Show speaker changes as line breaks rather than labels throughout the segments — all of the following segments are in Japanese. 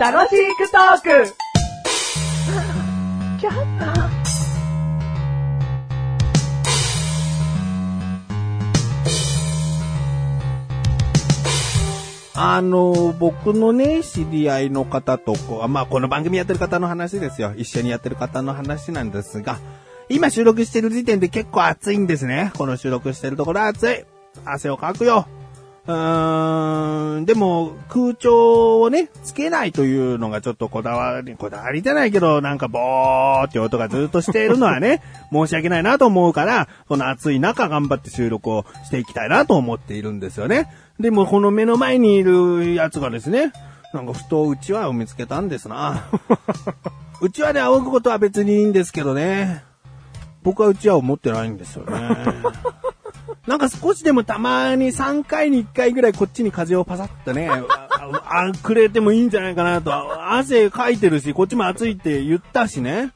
楽しくトーク
あの、僕のね、知り合いの方とこう、まあ、この番組やってる方の話ですよ。一緒にやってる方の話なんですが、今収録してる時点で結構暑いんですね。この収録してるところ暑い。汗をかくよ。うーん、でも、空調をね、つけないというのがちょっとこだわり、こだわりじゃないけど、なんかボーって音がずっとしているのはね、申し訳ないなと思うから、この暑い中頑張って収録をしていきたいなと思っているんですよね。でも、この目の前にいるやつがですね、なんかふとうちわを見つけたんですな。 うちわで仰ぐことは別にいいんですけどね。僕はうちわを持ってないんですよね。なんか少しでもたまに3回に1回ぐらいこっちに風をパサッとね、ああくれてもいいんじゃないかなと。あ汗かいてるし、こっちも暑いって言ったしね。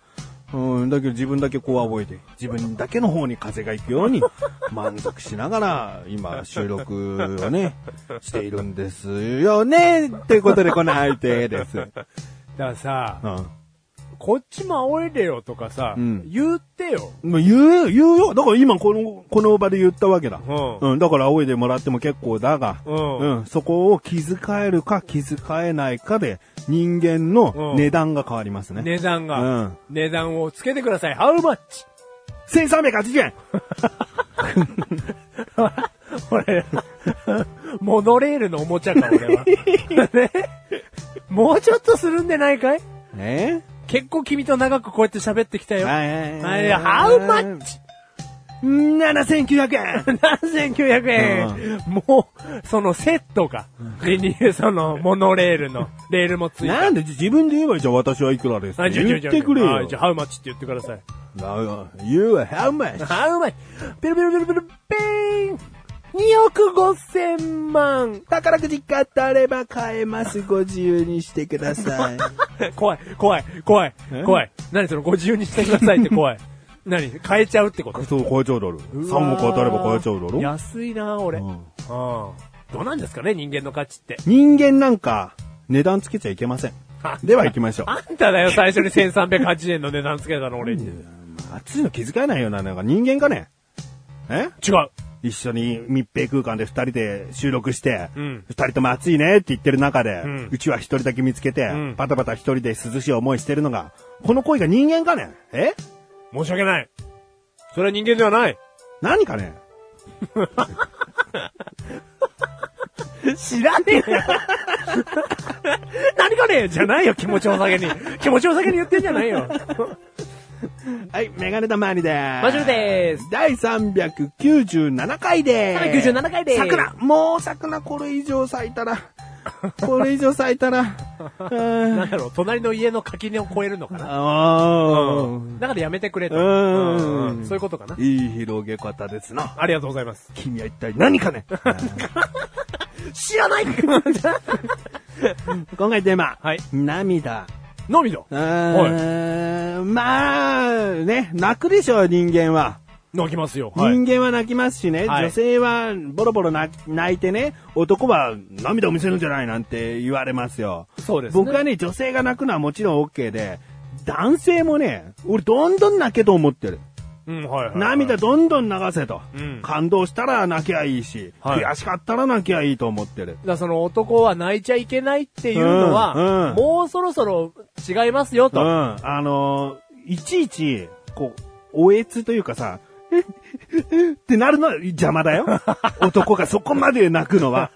うん、だけど自分だけこう覚えて、自分だけの方に風が行くように満足しながら今収録をね、しているんですよね。ということでこの相手です。うん。
らさ、
も
こっちもおいでよとかさ、
うん
言ってよ。
う言う、言うよ。だから今この、この場で言ったわけだ。
うん
うん、だから仰いでもらっても結構だが、
うん
うん、そこを気遣えるか気遣えないかで人間の
うん
値段が変わりますね。
値段が、
うん
値段をつけてください。How much?
1380円
俺、モノレールのおもちゃか、俺は。ねもうちょっとするんでないかい
え
結構君と長くこうやって喋ってきた
え
よ。はい。
い
ハウマッチ
?7900 円
?7900 円、もう、そのセットか。リニその、モノレールの、レールもついて。
なんで自分で言えばいいじゃん、私はいくらですって。
あじゃあ
言ってくれよ。
じゃあ、ハウマッチって言ってください。
あ You are how much?
ハウマッチ。ピルピルピルピルピーン !2 億5千万。
宝くじ買ってあれば買えます。ご自由にしてください。
怖い、怖い、怖い
え、
怖い。何その、ご自由にしてくださ いって怖い。何変えちゃうってこ と
そう、買えちゃうだろ。3億当たれば買えちゃうだろ。
安いな俺。うん。どうなんですかね、人間の価値って。
人間なんか、値段つけちゃいけません。では行きましょう。
あんただよ、最初に1380円の値段つけたの、俺に。違う。
暑いの気づかないよな、なんか人間かねえ一緒に密閉空間で二人で収録して、二、
うん
人とも暑いねって言ってる中で、うんちは一人だけ見つけて、
ん
バタバタ一人で涼しい思いしてるのが、この恋が人間かねえ
申し訳ない。それは人間ではない。
何かね
知らねえよ。何かねじゃないよ、気持ちを下げに。 気持ちを下げに言ってんじゃないよ。
はい、メガネたまわりでーす。
マジュルでーす。
第397回でーす。
397回でーす
桜もう桜これ以上咲いたら、これ以上咲いた ら、うーん
なんだろう、隣の家の垣根を越えるのかな。
あー
だからやめてくれと。
うん
うんそういうことかな。
いい広げ方ですな。
ありがとうございます。
君は一体何かね
知ら ない
今回テーマ。
はい
涙。
涙
うーんまあ、ね、泣くでしょ、人間は。
泣きますよ。はい。
人間は泣きますしね、
はい
女性はボロボロ泣き泣いてね、男は涙を見せるんじゃないなんて言われますよ。
そうですね。
僕はね、女性が泣くのはもちろん OK で、男性もね、俺どんどん泣けと思ってる。
うん、はいはいはい。
涙どんどん流せと。
うん
感動したら泣きゃいいし、
はい
悔しかったら泣きゃいいと思ってる。
だからその男は泣いちゃいけないっていうのは、
うんうん
もうそろそろ違いますよ
うん。
と。
あのーいちいち、こう、おえつというかさ、 ってなるのは邪魔だ よ。男がそこまで泣くの は。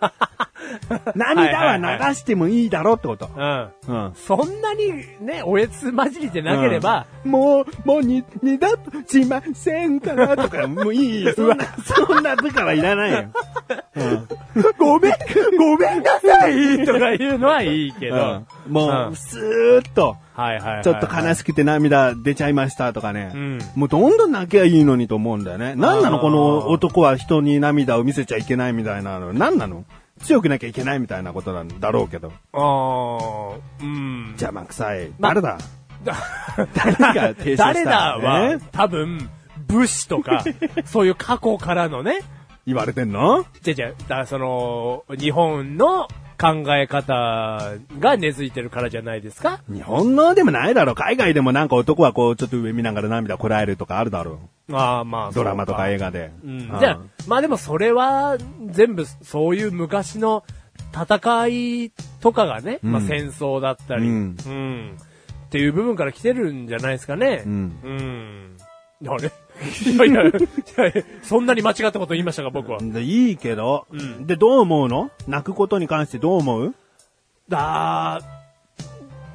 涙は流してもいいだろうってこと。
うん。
うん。
そんなにね、おやつ混じりでなければ、
もう、もうに、二度としませんからとか、もういい。そんな、そんな部下はいらない よ。
ごめん、ごめんなさいとか言うのはいいけど、
うんも
うん
う、スーッと、
はいはいはい はい。
ちょっと悲
しい。
しくて涙出ちゃいましたとかね。
うん
もうどんどん泣きゃいいのにと思うんだよね。なんな
あ
の
ー
この男は人に涙を見せちゃいけないみたいなの。なんなの強くなきゃいけないみたいなことなんだろうけど。
あー、うん。
邪魔くさい。
ま
誰だ
だ
誰が提唱した
誰だは
ね、
多分、武士とか、そういう過去からのね、
言われてんの
じゃじゃ、だからその、日本の考え方が根付いてるからじゃないですか
日本のでもないだろう。海外でもなんか男はこう、ちょっと上見ながら涙こらえるとかあるだろ
ああ、まあ。
う。ドラマとか
そう
映画で。
うん、じゃあ、まあでもそれは、全部、そういう昔の戦いとかがね、
うん
まあ戦争だったり、
う
うんん、っていう部分から来てるんじゃないですかね。
う
うんん。あれ いやいやいやいや、そんなに間違ったこと言いましたか、僕は。
うんでいいけど、
うん
で、どう思うの泣くことに関してどう思う
あー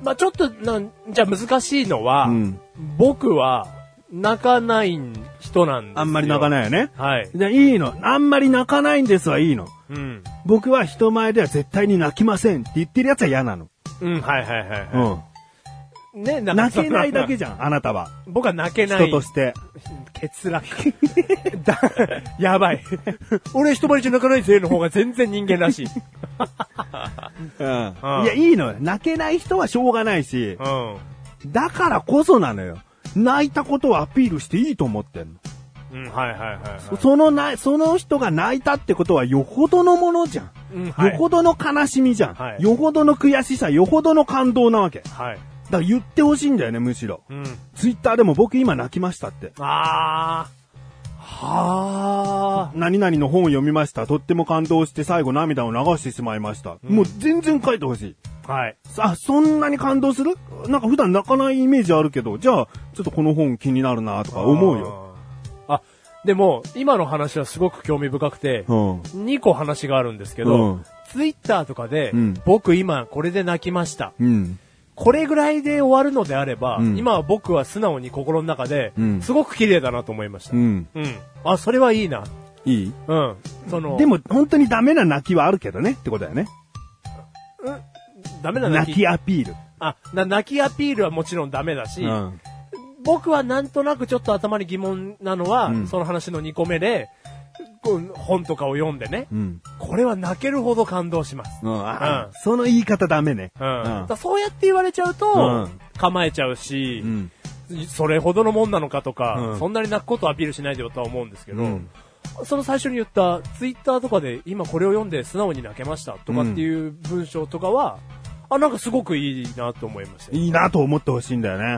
まあちょっとなん、じゃあ難しいのは、
うん
僕は、泣かない人なんですよ。
あんまり泣か
い。
ないよね。
はい。
でいいの。あんまり泣かないんですはいいの。
うん。
僕は人前では絶対に泣きませんって言ってるやつは嫌なの。
うん、はいはいはい、はい。
うん。
ね、な
泣けないだけじゃん、あなたは。
僕は泣けない。
人として。
欠 落。だ、やばい。俺人前じゃ泣かないぜの方が全然人間ら しい。
うん。いや、いいのよ。泣けない人はしょうがないし
う、ん。
だからこそなのよ。泣いたことをアピールしていいと思ってんの。
うん、はいはいはい、はい。
そのな、その人が泣いたってことはよほどのものじゃん。
うん、はい。
よほどの悲しみじゃん、
はい
よほどの悔しさ、よほどの感動なわけ。だか
はい。
ら言ってほしいんだよね、むしろ。
うん。
ツイッターでも僕今泣きましたって。
あー。は
何々の本を読みました。とっても感動して最後涙を流してしまいました。
うん
もう全然書いてほしい。
ー。はい。
さあ、そんなに感動するなんか普段泣かないイメージあるけど、じゃあ、ちょっとこの本気になるなとか思うよ。
あー。あ、でも、今の話はすごく興味深くて、
うん。
2個話があるんですけ
う
ど
ん、
ツイッターとかで
うん、
僕今これで泣きました。
うん。
これぐらいで終わるのであれば、
うん
今は僕は素直に心の中で、
うん
すごく綺麗だなと思いました。
う
うん。
ん。
あ、それはいいな。
いい
うん。その、
で、も、本当にダメな泣きはあるけどねってことだよね。
ダメな
泣
泣き。
きアピール。
あ、な、泣きアピールはもちろんダメだし、
うん。
僕はなんとなくちょっと頭に疑問なのは、
うん
その話の2個目で、こう本とかを読んでね、
うん。
これは泣けるほど感動します。
うんあ
うん
その言い方ダメね。
うん。だからそうやって言われちゃうと、
うん
構えちゃうし、
うん。
それほどのもんなのかとか、
うん
そんなに泣くことをアピールしないでよとは思うんですけど、
うん
その最初に言った、ツイッターとかで今これを読んで素直に泣けましたとかっていう文章とかは、あ、なんかすごくいいなと思いましたよ。
いいなと思ってほしいんだよね。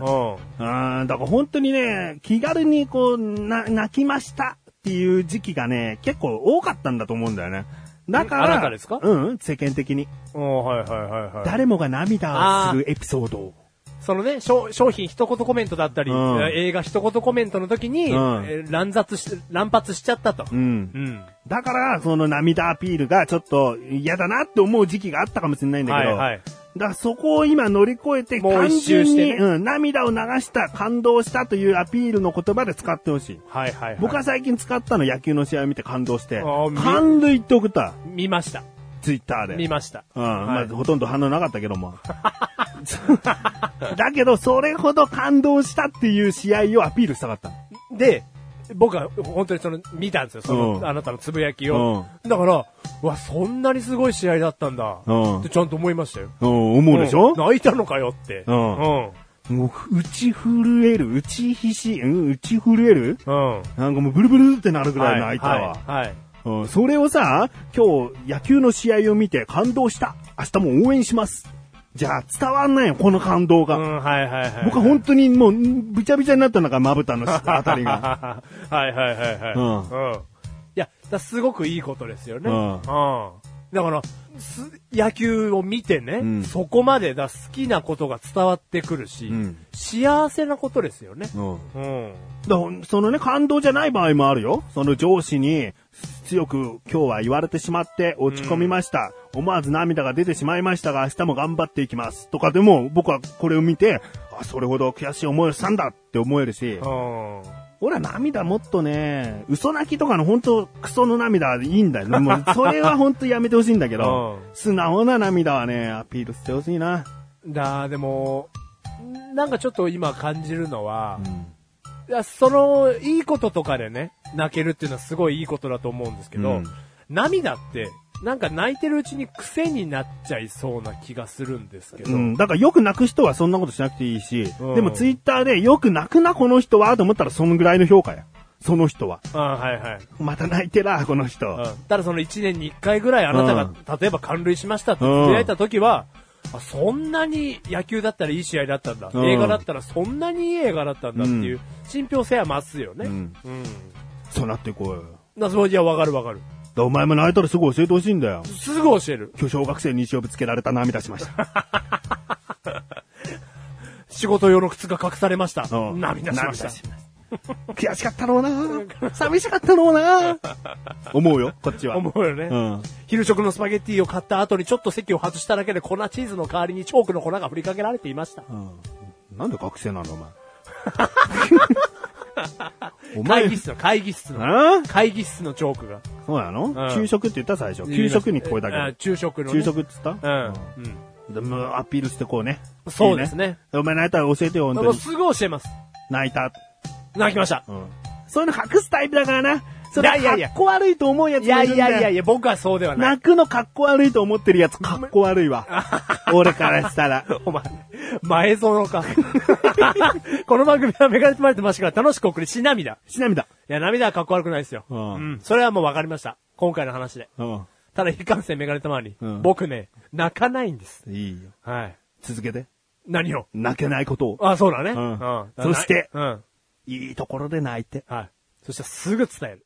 う
う
ん、だから本当にね、気軽にこう、な、泣きましたっていう時期がね、結構多かったんだと思うんだよね。だから、
あなたですか
うん、世間的に。
ん。うん、はいはいはいはい。
誰もが涙をするエピソードを。
そのね、商商品一言コメントだったり、
うん
映画一言コメントの時に、
うん
えー乱雑し、乱発しちゃったと。
うん。
うん。
だから、その涙アピールがちょっと嫌だなって思う時期があったかもしれないんだけど、
はいはい。
だからそこを今乗り越えて、
もう
単
一
純
周
に、
してね
うん、涙を流した、感動したというアピールの言葉で使ってほしい。
はいはい、はい。
僕は最近使ったの野球の試合を見て感動して
あー、み
感涙って送った、
見ました。
ツイッターで。
見ました。
うん、
はい
まあ、ほとんど反応なかったけども。 だけど、それほど感動したっていう試合をアピールしたかった。
で、僕は本当にその、見たんですよ、その、
うん
あなたのつぶやきを。だから、うわ、そんなにすごい試合だったんだ。
うん
ってちゃんと思いましたよ。
うん、思うでしょ、
ん泣いたのかよって。
うん
うん。
もう、打ち震える、打ちひし、うん、打ち震える
うん。
なんかもうブルブルってなるぐらい
は
泣
い
いたわ。
はい。はい
うん、それをさ、今日野球の試合を見て感動した。明日も応援します。じゃあ伝わんないよ、この感動
う
が。
ん、はいはいはい。
僕は本当にもう、んぶちゃぶちゃになったのが、まぶたのあたりが。
はいはいはいはい。
うん
うん。いや、だからすごくいいことですよね。
うん
うん。だから、す野球を見てね、
ん
そこまでだ好きなことが伝わってくるし、
ん
幸せなことですよね。
うん
うん。
だそのね、感動じゃない場合もあるよ。その上司に強く今日は言われてしまって落ち込みました。思わず涙が出てしまいましたが、明日も頑張っていきます。とかでも、僕はこれを見て、あ、それほど悔しい思いをしたんだって思えるし、
うん。
俺は涙もっとね、嘘泣きとかの本当クソの涙でいいんだよ。もう、それは本当やめてほしいんだけど、
う
素直な涙はね、アピールしてほしいな。
だでも、なんかちょっと今感じるのは、いやその、いいこととかでね、泣けるっていうのはすごいいいことだと思うんですけど、
うん
涙って、なんか泣いてるうちに癖になっちゃいそうな気がするんですけど、
うん。だからよく泣く人はそんなことしなくていいし、
うん
でもツイッターでよく泣くなこの人はと思ったらそのぐらいの評価や。その人は。
うん、はいはい。
また泣いてら、この人。
うん。ただその1年に1回ぐらいあなたが、例えば感類しましたってつぶやいた時は、あそんなに野球だったらいい試合だったんだ。
うん
映画だったらそんなにいい映画だったんだっていう、信憑性は増すよね。
う
うんん。
そうなってこいよ。
な、そう、いや、わかるわかる。
だからお前も泣いたらすぐ教えてほしいんだよ。
すぐ教える。
今日小学生に石をぶつけられた涙しま した。
仕事用の靴が隠されました。
うん
涙しました。
涙し悔しかったろうな寂しかったろうな思うよ、こっちは。
思うよね、
うん
昼食のスパゲッティを買った後にちょっと席を外しただけで粉チーズの代わりにチョークの粉が振りかけられていました。
うん。なんで学生なの、お前。お
会
前
議、室の、会議室の、
あ
会議室のチョークが。
そうなの
ん
給食って言った最初。給食に聞こえた
あ
け
昼食
ど。
の、
給
ね。
食って言っ
う
た
ん。うん。
でもアピールしてこうね。
そうですね
いいお前泣いたら教えてよ、本
も
当
う
に。
すぐ教えます。
泣いた。
泣きました。
うん。そういうの隠すタイプだからな。それは、
いやいやいや
かっこ悪いと思うやつ
い
も
や
いる
い
んだ
や
よ
いやいや、僕はそうではない。
泣くのかっこ悪いと思ってるやつ、かっこ悪いわ。俺からしたら。
お前、前園か。 この番組はメガネとマリとマシから楽しく送り、し涙。
ちなみだ。
いや、涙はかっこ悪くないですよ。
うん
うん。それはもうわかりました。今回の話で。
うん。
ただ、いかんせんメガネとマリ、
うん
僕ね、泣かないんです。
いいよ。
はい。
続けて。
何を
泣けないことを。
あ、そうだね。
うん
うん
そして
うん。
いいところで泣いて。
はい。そしたらすぐ伝える。